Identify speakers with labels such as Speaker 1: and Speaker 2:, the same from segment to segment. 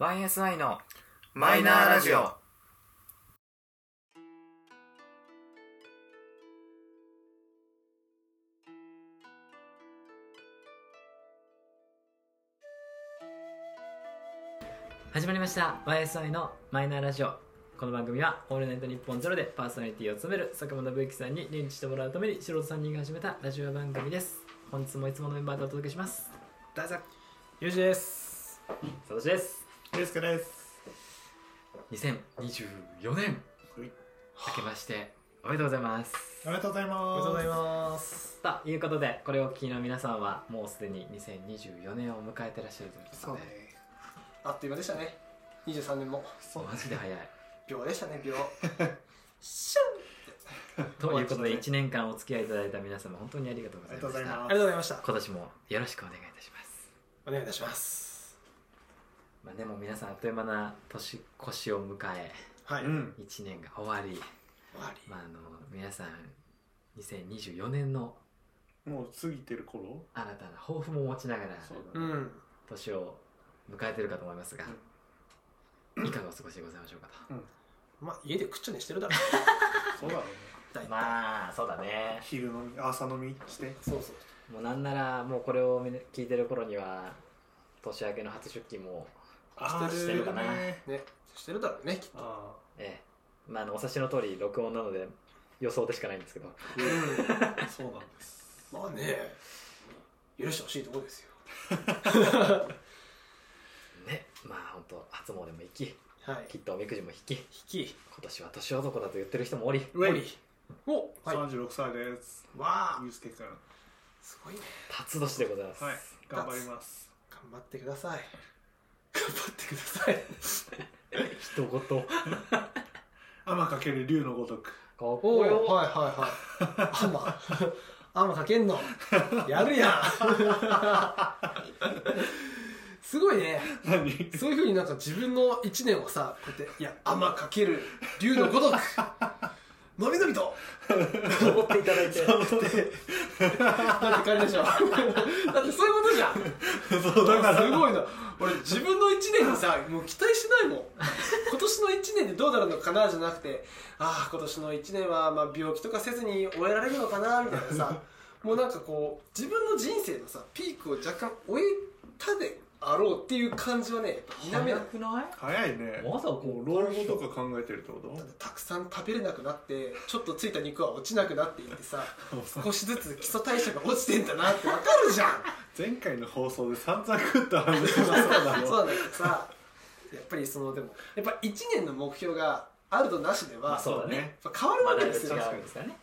Speaker 1: YSI の
Speaker 2: マイナーラジオ。
Speaker 1: 始まりました YSI のマイナーラジオこの番組は「オールナイトニッポンゼロでパーソナリティを務める坂本信之さんに認知してもらうために素人3人が始めたラジオ番組です本日もいつものメンバーでお届けしますどうぞ
Speaker 3: ゆうじです。
Speaker 1: 佐藤です
Speaker 2: ゆうすけです。
Speaker 1: 2024年
Speaker 2: はい
Speaker 1: 明けましておめでとうございます
Speaker 2: おめでとうござい
Speaker 3: お
Speaker 2: ま。
Speaker 3: めですとうございます。
Speaker 1: ということでこれをお聞きの皆さんはもうすでに2024年を迎えてらっしゃるということ
Speaker 4: そう
Speaker 1: で
Speaker 4: ね。あっという間でしたね。23年も。
Speaker 2: そう
Speaker 1: マジで早い
Speaker 4: 秒でしたね、秒。シュンって
Speaker 1: と
Speaker 4: 終わ
Speaker 1: いうことで
Speaker 4: っちゃったね
Speaker 1: 1年間お付き合いいただいた皆様本当にありがとうご
Speaker 2: あ
Speaker 1: ざ
Speaker 2: り
Speaker 1: い
Speaker 2: がと
Speaker 1: ま
Speaker 2: うご
Speaker 1: した
Speaker 2: ざいます
Speaker 3: ありがとう。ございました。
Speaker 1: 今年もよろしくお願いいたします
Speaker 3: お願いいたします。
Speaker 1: まあでも皆さんあっという間な年越しを迎え
Speaker 3: はい。
Speaker 2: うん。
Speaker 1: 1年が終わり、
Speaker 4: 終わり。
Speaker 1: まあ、あの皆さん2024年の
Speaker 2: もう過ぎてる頃
Speaker 1: 新たな抱負も持ちながら
Speaker 2: そう
Speaker 3: う
Speaker 2: だね。
Speaker 3: ん。
Speaker 1: 年を迎えてるかと思いますが、いかがお過ごしでございましょうか
Speaker 3: まあ家でくっちゃねしてるだろ。
Speaker 2: そうだろうね。
Speaker 1: と、
Speaker 4: 大体。
Speaker 1: まあそうだね
Speaker 2: 昼飲み、朝飲みして。
Speaker 4: そうそう。
Speaker 1: もうなんならもうこれを聞いてる頃には年明けの初出勤も
Speaker 2: あ
Speaker 1: してるかな
Speaker 2: ね
Speaker 4: ね、してるだろうね、きっと。
Speaker 2: あ
Speaker 1: ええまああのお察しの通り録音なので予想でしかないんですけど
Speaker 2: あ。そうなんです。
Speaker 4: まあね、許してほしいところですよ。
Speaker 1: ねまあ本当初詣も行き
Speaker 3: はい。
Speaker 1: きっとおみくじも引き
Speaker 3: 引き。
Speaker 1: 今年は年男だと言ってる人もおり
Speaker 3: ウェイ。お。はい。
Speaker 2: 三十六歳です。
Speaker 3: わあ。
Speaker 2: ゆうすけくん。はい。
Speaker 4: すごいね。
Speaker 1: 辰年でございます、
Speaker 2: 頑張ります。
Speaker 4: 頑張ってください。頑張ってください。
Speaker 1: 一言
Speaker 2: 天かける竜のごとく。
Speaker 1: こ
Speaker 3: お
Speaker 1: こよ、
Speaker 3: はいはいはい。アンマ。アンマかけんの。やるや ん。すごいね。
Speaker 2: 何
Speaker 3: そういうふうになんか自分の一年をさ、こうやって、いや、アンマかける竜のごとく。のびのびと。
Speaker 1: 思っていただい て
Speaker 3: だって仮でしょ だってそういうことじゃん
Speaker 2: そうだから。
Speaker 3: すごいな俺自分の1年にさもう期待しないもん今年の1年でどうなるのかなじゃなくてああ今年の1年はまあ病気とかせずに終えられるのかなみたいなさもうなんかこう自分の人生のさピークを若干終えたであろうっていう感じはね否めない
Speaker 1: 早くない
Speaker 2: 早いね。
Speaker 1: まだ
Speaker 2: も
Speaker 1: こ
Speaker 2: う
Speaker 1: う
Speaker 2: 老後とか考えてるってこと
Speaker 3: だってたくさん食べれなくなってちょっとついた肉は落ちなくなっていってさ少しずつ基礎代謝が落ちてんだなってわかるじゃん
Speaker 2: 前回の放送で散々食った話しましただ
Speaker 3: そう
Speaker 2: ろ。
Speaker 3: なんだけどさやっぱりそのでもやっぱ1年の目標があるとなしで
Speaker 1: ま
Speaker 3: は
Speaker 1: あそうだね
Speaker 3: やっぱ変わるわけですよ、
Speaker 1: まあだいぶ違うんですからね、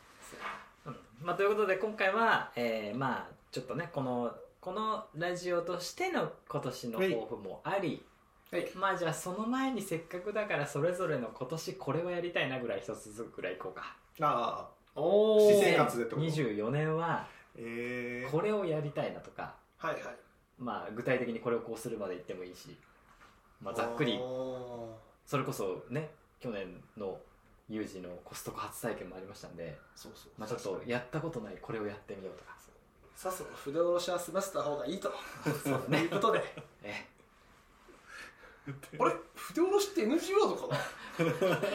Speaker 1: うんまあ、ということで今回は、えーまあちょっとねこのこのラジオとしての今年の抱負もあり、
Speaker 3: はい
Speaker 1: まあじゃあその前にせっかくだからそれぞれの今年これはやりたいなぐらい一つずつぐらいいこうか
Speaker 2: ああ。
Speaker 3: お
Speaker 2: 私
Speaker 3: ー
Speaker 2: 生活でってこと
Speaker 1: 24年は
Speaker 2: ええ。
Speaker 1: これをやりたいなとか、
Speaker 3: はいはい
Speaker 1: まあ具体的にこれをこうするまで言ってもいいし、まあ、ざっくり
Speaker 3: おー
Speaker 1: それこそね去年の有事のコストコ初体験もありましたんで、
Speaker 3: そうそう
Speaker 1: まあ、ちょっとやったことないこれをやってみようとか
Speaker 3: さっそと筆下ろしは済ませた方がいいと
Speaker 1: そう
Speaker 3: とい うことで
Speaker 1: ね
Speaker 3: あれ筆下ろしって NG ワードか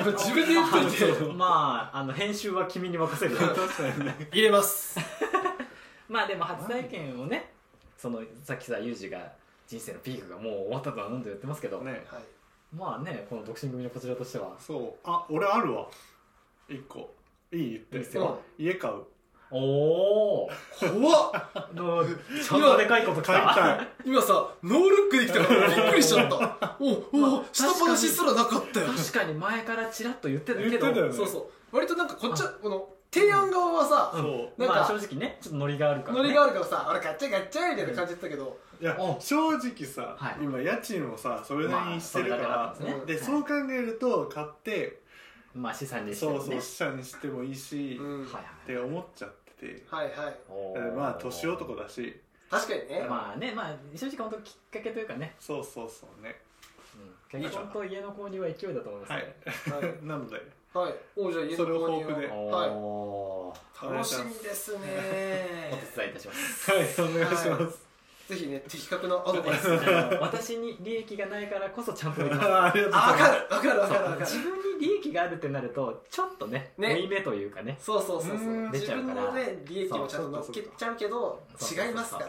Speaker 3: な自分で言っといて
Speaker 1: まああの編集は君に任せる
Speaker 2: 確かにね。
Speaker 3: 入れます
Speaker 1: まあでも初体験をねそのさっきさユージが人生のピークがもう終わったとは何度言ってますけど、
Speaker 2: ね。
Speaker 3: はい
Speaker 1: まあねこの独身組のこちらとしては
Speaker 2: そう。あ、俺あるわ。一個。いい
Speaker 1: いい
Speaker 2: 言
Speaker 1: っ
Speaker 2: っ
Speaker 1: す
Speaker 2: て
Speaker 1: よ。
Speaker 2: 家買う。
Speaker 1: お お
Speaker 3: 怖っ
Speaker 1: のちょっとでかいこと来
Speaker 2: 買い
Speaker 1: た
Speaker 2: たい。
Speaker 3: 今さノールックできたからびっくりしちゃったおお、下っ端すらなかったよ
Speaker 1: 確かに前からちらっと言ってたけど
Speaker 2: 言ってたよね
Speaker 3: そうそう割となんかこっちはこの提案側はさ、
Speaker 1: う
Speaker 2: そ
Speaker 1: ん
Speaker 3: なん
Speaker 1: まあ
Speaker 3: か
Speaker 1: 正直ねちょっとノリがあるから、ね、
Speaker 3: ノリがあるからさ俺ガッチャガッチャみたいな感じだったけど、
Speaker 2: いや
Speaker 1: お
Speaker 2: 正直さ、
Speaker 1: はい
Speaker 2: 今家賃もさそれなりにしてるから、
Speaker 1: まあそれだけだったん
Speaker 2: で
Speaker 1: ですね
Speaker 2: そう考えると買って、
Speaker 1: まあ資産にして
Speaker 2: そ
Speaker 1: も
Speaker 2: うそう
Speaker 1: ね
Speaker 2: 資産にしてもいいし、
Speaker 3: うん
Speaker 1: はいはい
Speaker 2: って思っちゃってて、
Speaker 3: はいはい
Speaker 1: お
Speaker 2: え
Speaker 1: ー
Speaker 2: まあ年男だし
Speaker 3: 確かにね、
Speaker 1: まあねまあ正直本当きっかけというかね、
Speaker 2: そうそうそうね
Speaker 1: うん、結婚と家の購入は勢いだと思います
Speaker 2: は
Speaker 1: ね
Speaker 2: い なので
Speaker 3: はいおじゃあ家の
Speaker 2: それを
Speaker 3: 購
Speaker 2: 抱負
Speaker 3: 入
Speaker 2: で
Speaker 3: をは
Speaker 1: おー
Speaker 3: い楽しみですね
Speaker 1: お手伝いいたします
Speaker 2: はいお願いします、
Speaker 3: はいぜひね的確なアドバイス
Speaker 1: あの私に利益がないからこそちゃんと言います
Speaker 2: あありがとうござい
Speaker 3: あ
Speaker 2: ま
Speaker 3: 分
Speaker 2: す
Speaker 3: かる分かる分
Speaker 1: そ
Speaker 3: かる
Speaker 1: う
Speaker 3: 分かる
Speaker 1: 自分に利益があるってなるとちょっとね
Speaker 3: ね
Speaker 1: 負い目というかね
Speaker 3: そうそうそうそう
Speaker 2: うん
Speaker 1: 出
Speaker 3: 自
Speaker 1: ちゃうか
Speaker 3: 分
Speaker 1: ら
Speaker 3: のね利益もちゃんと乗っけちゃうけど
Speaker 1: そうそうそうそう
Speaker 3: 違いますから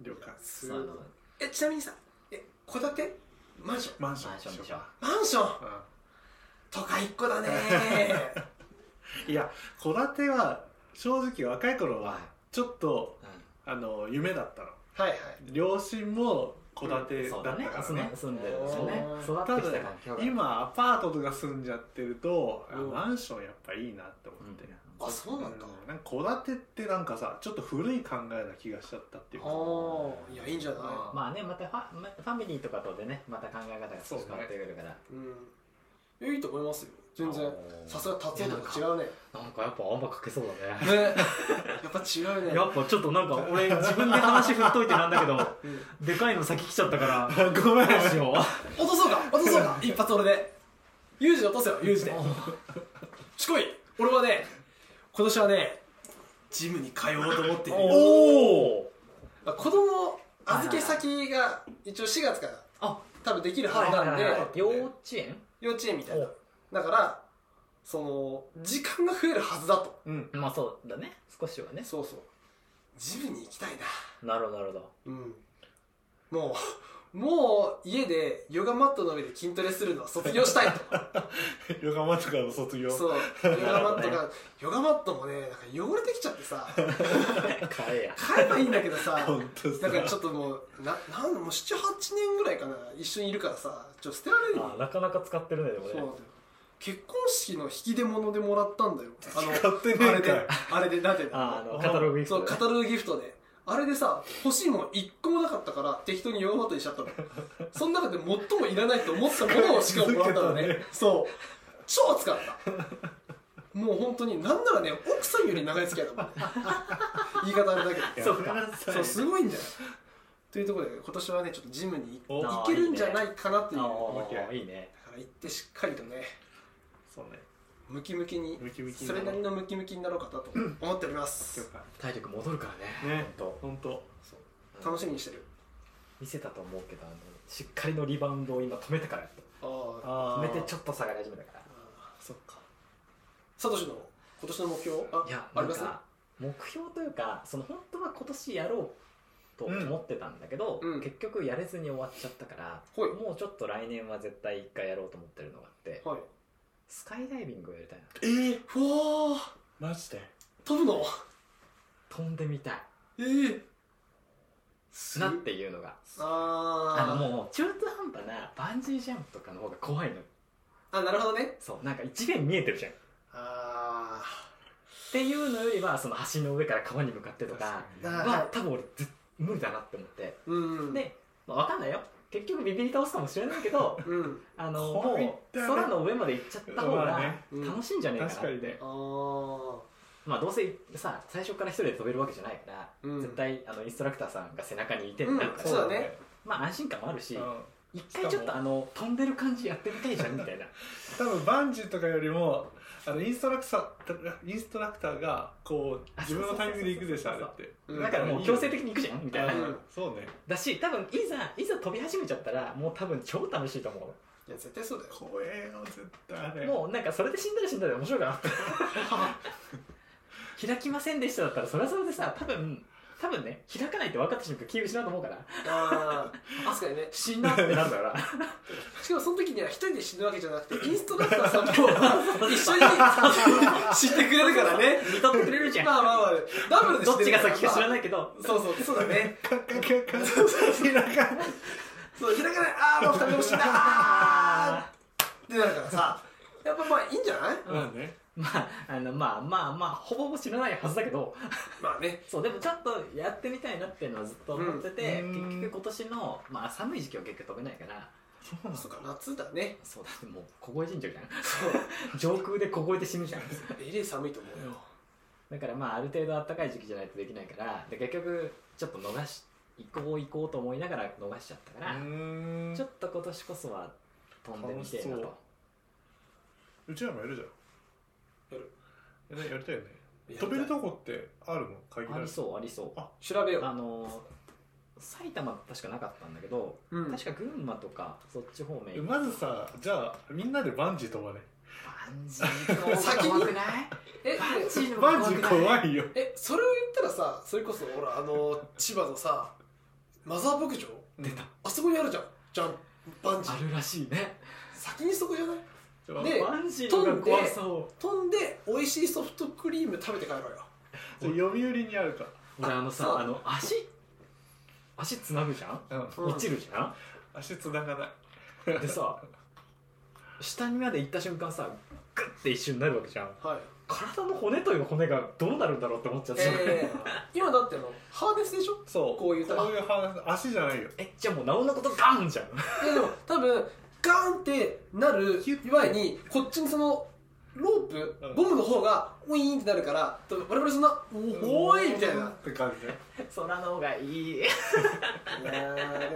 Speaker 2: 了解
Speaker 3: す
Speaker 1: そう
Speaker 3: ご
Speaker 1: あ
Speaker 3: い
Speaker 1: の
Speaker 3: えちなみにさえ戸建てマンション
Speaker 2: マンション
Speaker 1: マンションでしょ
Speaker 3: マンション
Speaker 2: うん
Speaker 3: 都会一個 だね
Speaker 2: いや戸建ては正直若い頃はちょっとあの夢だったの
Speaker 3: はいはい
Speaker 2: 両親も戸建てだ
Speaker 1: そ
Speaker 2: っ
Speaker 1: う
Speaker 2: た
Speaker 1: だ
Speaker 2: か
Speaker 1: ね
Speaker 2: ら
Speaker 1: 住
Speaker 2: ね
Speaker 1: ん住んでるんですよね
Speaker 3: そ
Speaker 1: 育
Speaker 2: た
Speaker 1: ってき
Speaker 2: だ
Speaker 1: た環境が
Speaker 2: 今アパートとか住んじゃってるとあ
Speaker 3: うん
Speaker 2: マンションやっぱいいなって思って
Speaker 3: あそうなんだ
Speaker 2: うんなんか戸建てってなんかさちょっと古い考えな気がしちゃったっていうか
Speaker 3: ああいやいいんじゃない
Speaker 2: あ
Speaker 1: まあねまたファまファミリーとかとでねまた考え方が少し変わってくるから
Speaker 3: うんいやいいと思いますよ全然
Speaker 1: おー
Speaker 3: さすが達夫とか違
Speaker 1: いや
Speaker 3: うね
Speaker 1: なんかやっぱあんまかけそうだね
Speaker 3: ね やっぱ違うね
Speaker 1: やっぱちょっとなんか俺自分で話振っといてなんだけど
Speaker 3: うん
Speaker 1: でかいの先来ちゃったから
Speaker 2: あごめん
Speaker 1: どうしよう
Speaker 3: 落とそうか落とそう か一発俺でユージ落とせよユージでしこい俺はね今年はねジムに通おうと思っている
Speaker 1: おお
Speaker 3: まあ子供預け先が一応4月から
Speaker 1: あ
Speaker 3: 多分できるはずなんで
Speaker 1: 幼稚園
Speaker 3: 幼稚園みたいなだからその時間が増えるはずだと
Speaker 2: うん
Speaker 1: まあそうだね少しはね
Speaker 3: そうそうジムに行きたいな
Speaker 1: なるほどなるほ ど
Speaker 3: うんもう もう家でヨガマットの上で筋トレするのは卒業 したいと
Speaker 2: ヨガマとかの卒業
Speaker 3: そう、ヨガマットが、ヨガマットもね、なんか汚れてきちゃってさ、
Speaker 1: 買えや
Speaker 3: 買えばいいんだけど さ、
Speaker 2: 本当
Speaker 3: だ
Speaker 2: さ
Speaker 3: からちょっともう、な、なんもう7、8年ぐらいかな、一緒にいるからさ、ちょっと捨てられるよ。
Speaker 1: あなかなか使ってるねでも
Speaker 3: そう
Speaker 1: ね
Speaker 3: なんだよ。結婚式の引き出物でもらったんだよ。あの、
Speaker 2: 勝手に
Speaker 3: あれ
Speaker 2: ね
Speaker 3: で、あれで、なんていう
Speaker 1: あ
Speaker 3: の
Speaker 1: あのカタログいく
Speaker 3: そう、カタログギフトで。あれでさ、欲しいもん1個もなかったから、適当にヨガマットにしちゃったの。その中で最もいらないと思ったものをしかもらったのね。そう。超使った。もう本当に、なんならね、奥さんより長い付き合いだもんね。言い方あれだけど。
Speaker 1: そうか
Speaker 2: やめなさい
Speaker 3: そう、すごいんだよ。というところで、今年はね、ちょっとジムに行
Speaker 2: お
Speaker 3: 行けるんじゃないかなっていう。だか
Speaker 1: ああいいね
Speaker 3: ら行ってしっかりとね、
Speaker 2: そうね
Speaker 3: ムキムキに、
Speaker 2: ムキムキに
Speaker 3: そ
Speaker 2: なろ
Speaker 3: れ
Speaker 2: う
Speaker 3: なりのムキムキになろうかなと思っております。
Speaker 2: 了解
Speaker 1: 体力戻るからね
Speaker 2: ね
Speaker 1: 本
Speaker 2: 本当
Speaker 1: 当
Speaker 3: 楽しみにしてる。
Speaker 1: 見せたと思うけどあのしっかりのリバウンドを今止めてからやっ
Speaker 3: あー
Speaker 1: た
Speaker 2: あ
Speaker 1: 止
Speaker 2: ー
Speaker 1: めてちょっと下がり始めたか
Speaker 2: そっか
Speaker 3: サトシの今年の目標あ
Speaker 1: らいや
Speaker 3: あ
Speaker 1: な
Speaker 3: り
Speaker 1: ん
Speaker 3: ます
Speaker 1: か目標というかその本当は今年やろうと思ってたんだけど、
Speaker 3: うん
Speaker 1: 結局やれずに終わっちゃったから、
Speaker 3: ほい
Speaker 1: もうちょっと来年は絶対一回やろうと思ってるのがあって
Speaker 3: はい
Speaker 1: スカイダイビングをやりたいな
Speaker 2: えー、
Speaker 3: ふわー
Speaker 2: マジで
Speaker 3: 飛ぶの
Speaker 1: 飛んでみたい
Speaker 3: ええ
Speaker 1: なっていうのがあの
Speaker 3: あ
Speaker 1: もう中途半端なバンジージャンプとかの方が怖いの
Speaker 3: ーあなるほどね
Speaker 1: そうなんか一面見えてるじゃんっ
Speaker 3: あ
Speaker 1: ていうのよりはその橋の上から川に向かってとか
Speaker 2: 確
Speaker 3: ー
Speaker 2: か
Speaker 3: あ
Speaker 1: は多分俺ず無理だなって思って、
Speaker 3: うん
Speaker 1: で、まあ、分かんないよ結局ビビり倒すかもしれないけど
Speaker 3: うん
Speaker 1: あの
Speaker 2: これ
Speaker 1: もう
Speaker 2: だね
Speaker 1: 空の上まで行っちゃった方
Speaker 2: まあ
Speaker 1: が
Speaker 2: ね
Speaker 3: うん
Speaker 1: 楽しいんじゃねえかなっ
Speaker 2: 確かに
Speaker 1: て
Speaker 2: ね
Speaker 3: あー
Speaker 1: まあどうせさ最初から一人で飛べるわけじゃないから、
Speaker 3: うん
Speaker 1: 絶対あのインストラクターさんが背中にいて
Speaker 3: うん
Speaker 1: なんか、
Speaker 3: そうだね
Speaker 1: まあ安心感もあるし、
Speaker 2: うん
Speaker 1: 一回ちょっとあの飛んでる感じやってみたいじゃんみたいな
Speaker 2: 多分バンジーとかよりもあのインストラクターインストラクターがこう自分のタイミングで行くでしょあれって
Speaker 3: うん
Speaker 1: だからもう強制的に行くじゃんみたいな、
Speaker 3: うん
Speaker 2: そうね
Speaker 1: だし多分いざいざ飛び始めちゃったらもう多分超楽しいと思う、
Speaker 3: いや絶対そうだよ
Speaker 2: 怖えよ絶対あれ
Speaker 1: もうなんかそれで死んだら死んだら面白いかなって開きませんでしただったらそれはそれでさ多分多分ね開かないって分かった瞬間気を失うと思うから
Speaker 3: あー確かにね
Speaker 1: 死んだってなるから
Speaker 3: しかもその時には一人で死ぬわけじゃなくてインストラクターさん も一緒に死んでくれるからね
Speaker 1: 見とってくれるじゃん
Speaker 3: まあまあまあダブルで
Speaker 1: どっちが先か知ら
Speaker 3: い
Speaker 1: ないけど
Speaker 3: そうそうそうだね
Speaker 2: カッカッカッカッ開かない
Speaker 3: そう開かないああもう二人とも死んだあーってなるからさやっぱまあいいんじゃない
Speaker 2: まあね
Speaker 1: まああのまあまあまあほぼほぼ知らないはずだけど
Speaker 3: まあね
Speaker 1: そうでもちょっとやってみたいなっていうのはずっと思ってて、
Speaker 2: うん
Speaker 1: 結局今年の、まあ、寒い時期は結局飛べないから
Speaker 2: そうなん
Speaker 3: そうか夏だね
Speaker 1: そうだってもう凍え死んじゃうじゃん
Speaker 3: そう
Speaker 1: 上空で凍えて死ぬじゃん
Speaker 3: えれ寒いと思うよ
Speaker 1: だからまあある程度暖かい時期じゃないとできないからで結局ちょっと逃し行こう行こうと思いながら逃しちゃったから、
Speaker 2: う
Speaker 1: ちょっと今年こそは飛んでみてえな
Speaker 2: 楽し
Speaker 1: と
Speaker 2: うちらもやるじゃん
Speaker 3: やる
Speaker 2: やるやりたいよね飛べるとこってあるの限
Speaker 1: あ
Speaker 2: ら
Speaker 1: り
Speaker 2: ず
Speaker 1: そうありそう
Speaker 2: あ
Speaker 3: 調べよう
Speaker 1: あの埼玉確かなかったんだけど、
Speaker 3: うん
Speaker 1: 確か群馬とかそっち方面
Speaker 2: まずさじゃあみんなでバンジー飛ばね
Speaker 1: バンジーの方が怖くない
Speaker 3: え
Speaker 1: バンジーの方
Speaker 2: バ
Speaker 1: が
Speaker 2: ン
Speaker 1: 怖
Speaker 2: ジ
Speaker 1: く
Speaker 2: ー
Speaker 1: ない
Speaker 2: 怖いよ
Speaker 3: えそれを言ったらさそれこそほらあの千葉のさマザー牧場
Speaker 2: 出た
Speaker 3: あそこにあるじゃんじゃんバンジー
Speaker 1: あるらしいね
Speaker 3: 先にそこじゃないで
Speaker 2: で
Speaker 1: バンジーの方が怖そう
Speaker 3: 飛んで美味しいソフトクリーム食べて帰ろうよ
Speaker 2: 読売にあるか
Speaker 1: 俺あの
Speaker 3: そう
Speaker 1: さあの足足つなぐじゃん
Speaker 2: うん
Speaker 3: うん
Speaker 1: 落ちるじゃ
Speaker 2: 足つながない
Speaker 1: んでさ下にまで行った瞬間さグッて一瞬なるわけじゃん
Speaker 3: はい
Speaker 1: 体の骨という骨がどうなるんだろうって思っちゃって、
Speaker 3: えー、今だってあのハーネスでしょ
Speaker 2: そう
Speaker 3: こういう
Speaker 2: こういう話足じゃないよ
Speaker 1: えじゃあもうなおのことガンじゃん
Speaker 3: いやでも多分ガーンってなる前にこっちにそのロープ
Speaker 2: うん
Speaker 3: ゴムの方がウィーンってなるから多分我々そんな「おおい!」みたい
Speaker 2: っ
Speaker 3: な
Speaker 2: て感じね
Speaker 1: 空の方がいい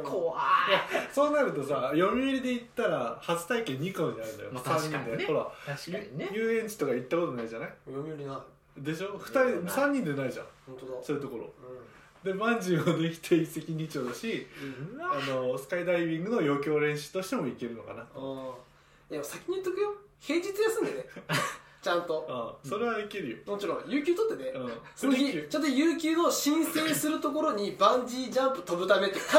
Speaker 3: こ
Speaker 1: 怖
Speaker 2: いやそうなるとさ読売で行ったら初体験2個になるんだよ、
Speaker 1: まあ
Speaker 2: 三人
Speaker 1: 確か
Speaker 2: で
Speaker 1: にね
Speaker 2: ほら
Speaker 1: い確かにね
Speaker 2: 遊園地とか行ったことないじゃないう
Speaker 3: 読売な
Speaker 2: でしょ
Speaker 1: う
Speaker 2: 2
Speaker 1: ん
Speaker 2: 人3人でないじゃん
Speaker 3: 本当だ
Speaker 2: そういうところ
Speaker 3: う
Speaker 2: でバンジーもできて一石二鳥だし
Speaker 1: うわ
Speaker 2: あのスカイダイビングの余興練習としてもいけるのかなん
Speaker 3: あーいや先に言っとくよ平日休 んでねちゃんと
Speaker 2: うんそれはいける
Speaker 3: もちろん有給取ってね
Speaker 2: よ、うん、
Speaker 3: その日
Speaker 2: で
Speaker 3: ちゃんと有給の申請するところにバンジージャンプ飛ぶためって書き書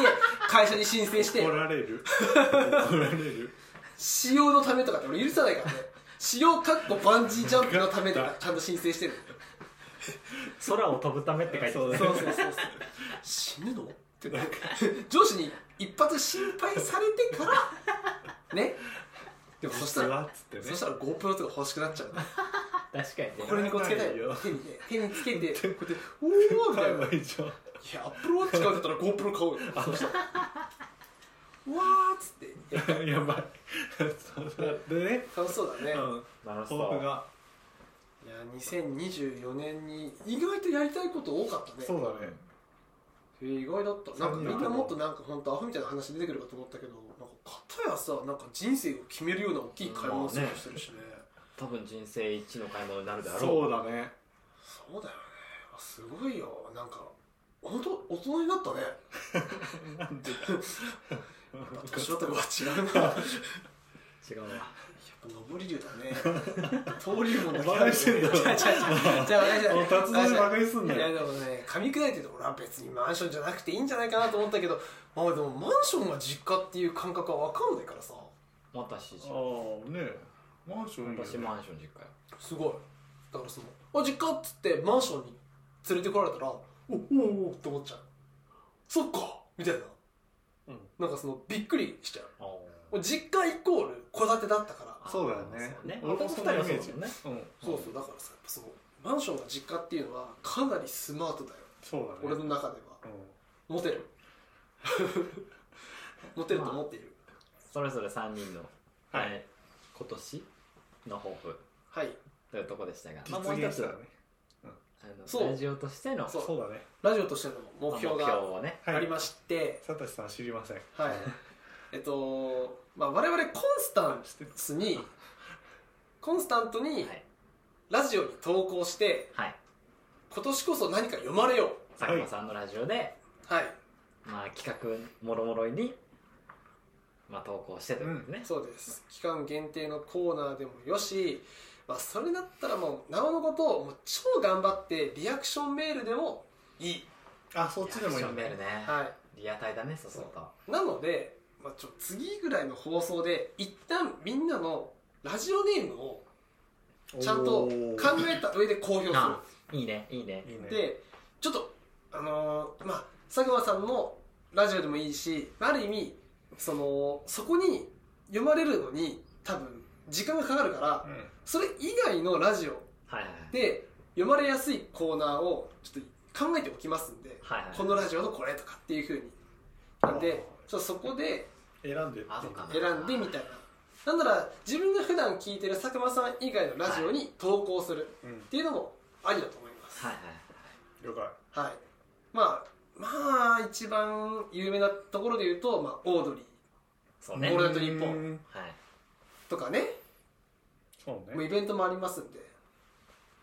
Speaker 3: いて会社に申 請して
Speaker 2: 怒られ る怒られる
Speaker 3: 使用のためとかって俺許さないからね 使用かっこバンジージャンプのためとかちゃんと申請してる
Speaker 1: 空を飛ぶためって書いて
Speaker 2: そう
Speaker 1: る
Speaker 2: だね
Speaker 3: そうそうそうそう 死ぬのってなんか 上司に一発心配されて からねでもそしたら
Speaker 2: っつってね
Speaker 3: そしたら GoPro とか欲しくなっちゃうね
Speaker 1: 確かにね
Speaker 3: これにこうつけたい
Speaker 2: いら
Speaker 3: よ
Speaker 2: な
Speaker 3: 手にね 手につけてこうやって「おお!」みた
Speaker 2: 買
Speaker 3: い
Speaker 2: え
Speaker 3: な
Speaker 2: ば
Speaker 3: い
Speaker 2: いいじゃん
Speaker 3: やアップルウォッチ買うんだったら GoPro 買おうよそうしたら「うわー」っつっていや
Speaker 2: やば いそうでね、
Speaker 3: 楽しそうだね、
Speaker 2: うん、
Speaker 1: 楽し
Speaker 2: 抱負
Speaker 1: そう
Speaker 2: が
Speaker 3: いや2024年に意外とやりたいこと多かったね
Speaker 2: そうだね
Speaker 3: へえ意外だったなんか
Speaker 2: そ
Speaker 3: み
Speaker 2: うなんだ
Speaker 3: んなもっとなんか本当アホみたいな話出てくるかと思ったけどなんか片やさなんか人生を決めるような大きい買い物をする人してるしね,、
Speaker 1: 多分人生一の買い物になるだろう
Speaker 2: そうだね
Speaker 3: そうだよねすごいよなんか本当大人になったね
Speaker 2: なんで
Speaker 3: やっぱ年だった子は違うなやっぱ
Speaker 1: 違うわ
Speaker 3: 上り竜だね 登竜門だ
Speaker 2: バカにしてんだろ
Speaker 3: じゃあじゃあじゃあじゃあ
Speaker 2: 達人バカにすん
Speaker 3: い
Speaker 2: な
Speaker 3: や
Speaker 2: よ
Speaker 3: でもね噛み砕いてて俺は別にマンションじゃなくていいんじゃないかなと思ったけどまあでもマンションが実家っていう感覚は分かんないからさ
Speaker 1: 私
Speaker 2: ああねマンションいいよね
Speaker 1: 私マンション実家よ
Speaker 3: すごいだからその「あ実家」っつってマンションに連れてこられたら「おおおお」って思っちゃうそっかみたいな、
Speaker 2: うん
Speaker 3: なんかそのびっくりしちゃう
Speaker 1: あ
Speaker 3: もう実家イコール戸建てだったから
Speaker 1: ー
Speaker 2: そうだよね
Speaker 1: そうね
Speaker 2: 俺
Speaker 1: 男
Speaker 2: も
Speaker 1: 二人
Speaker 2: そんな
Speaker 1: は
Speaker 2: イ
Speaker 1: そ
Speaker 2: メ
Speaker 1: う
Speaker 2: ー
Speaker 1: だ
Speaker 2: ジ
Speaker 1: もんね
Speaker 2: うん
Speaker 3: そうそうだからさやっぱそのマンションが実家っていうのはかなりスマートだよ
Speaker 2: そうだね
Speaker 3: 俺の中では
Speaker 2: うん
Speaker 3: モテ るモテると思っている、
Speaker 1: それぞれ三人の、
Speaker 2: はい
Speaker 1: えー今年の抱負
Speaker 3: はい
Speaker 1: というとこでしたが、まあ、もう
Speaker 2: 実
Speaker 1: 一
Speaker 2: 現し
Speaker 1: つ
Speaker 2: た
Speaker 1: あ
Speaker 2: らね
Speaker 1: の
Speaker 3: そう
Speaker 1: ラジオとしての
Speaker 3: そう
Speaker 2: そうだね
Speaker 3: ラジオとしての目標
Speaker 1: 目
Speaker 3: が
Speaker 1: 標をね
Speaker 3: あり
Speaker 2: は
Speaker 3: まして、
Speaker 2: サトシさん知りません
Speaker 3: はいえっと、まあ、我々コンスタンスにコンスタントに
Speaker 1: はい
Speaker 3: ラジオに投稿して
Speaker 1: はい
Speaker 3: 今年こそ何か読まれよ
Speaker 1: 佐久間さんのラジオで、
Speaker 3: うはい
Speaker 1: まあ、企画もろもろに、まあ、投稿してということでね、
Speaker 3: そうです期間限定のコーナーでもよし、まあ、それだったらもうなおのことをもう超頑張ってリアクションメールでもいい
Speaker 2: あそっちでもいい
Speaker 1: リア
Speaker 2: よ
Speaker 1: クションメール
Speaker 2: ね
Speaker 1: ね、
Speaker 3: はい
Speaker 1: リアタイだねそうすると
Speaker 3: なので、まあ、ちょ次ぐらいの放送で一旦みんなのラジオネームをちゃんと
Speaker 2: お
Speaker 3: 考
Speaker 2: ー
Speaker 3: えた上で公表する
Speaker 1: あいいねいいね
Speaker 2: いいね
Speaker 3: でちょっとあのーまあ佐久間さんのラジオでもいいしある意味そのそこに読まれるのに多分時間がかかるから
Speaker 2: うん
Speaker 3: それ以外のラジオ
Speaker 1: はいはい
Speaker 3: で読まれやすいコーナーをちょっと考えておきますんで
Speaker 1: はいはい
Speaker 3: このラジオのこれとかっていうふうになんでちょっとそこで
Speaker 2: 選んでって
Speaker 1: あとかな
Speaker 3: 選んでみたいななんなら自分が普段聞いてる佐久間さん以外のラジオに投稿する
Speaker 2: うん
Speaker 3: っていうのもありだと思います
Speaker 1: はいはい
Speaker 2: 了解
Speaker 3: はい。まあ、まあ、一番有名なところで言うと、まあ、オードリー
Speaker 1: そうね
Speaker 3: オール
Speaker 1: は
Speaker 3: ナイトニッポン
Speaker 2: うん
Speaker 1: い
Speaker 3: とかね、
Speaker 2: そう
Speaker 3: もう
Speaker 2: ね
Speaker 3: イベントもありますんで、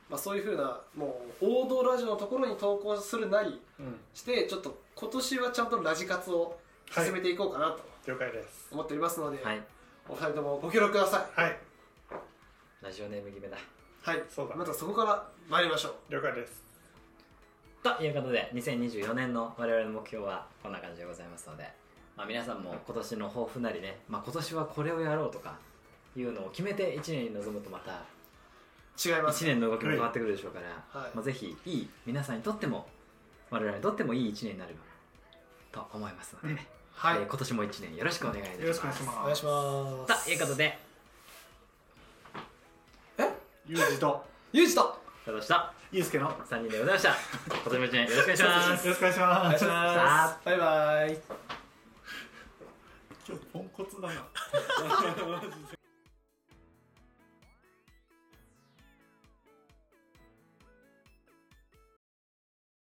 Speaker 3: まあ、そういうふうなもう王道ラジオのところに投稿するなり
Speaker 2: うん
Speaker 3: してちょっと今年はちゃんとラジ活を
Speaker 2: はい
Speaker 3: 進めていこうかなと
Speaker 2: 了解です
Speaker 3: 思っておりますので、
Speaker 1: はい
Speaker 3: お二人ともご協力くださ
Speaker 2: はい
Speaker 1: ラジオネーム決めだ
Speaker 3: いはい
Speaker 2: そうだ
Speaker 3: またそこから参りましょう
Speaker 2: 了解です
Speaker 1: ということで2024年の我々の目標はこんな感じでございますので、まあ、皆さんも今年の抱負なりね、まあ、今年はこれをやろうとかいうのを決めて1年に臨むとまた
Speaker 3: 違います
Speaker 1: 1年の動きも変わってくるでしょうから、
Speaker 3: はい
Speaker 1: まあ、ぜひいい皆さんにとっても我々にとってもいい1年になればと思いますので、
Speaker 3: はい
Speaker 1: えー今年も1年よろしくお願いいたします
Speaker 2: よろしくお願いし
Speaker 3: お
Speaker 2: ま
Speaker 3: 願い
Speaker 2: す
Speaker 3: します
Speaker 1: ということで
Speaker 2: ゆうじと
Speaker 3: ゆうじと
Speaker 1: 佐藤した
Speaker 2: ゆうすけのよ
Speaker 1: 3人でございました今年も1年よろしくお願いしま
Speaker 2: ろ
Speaker 1: す
Speaker 2: しくお願いします
Speaker 1: さ
Speaker 3: バイバイ
Speaker 2: 今日ポンコツだな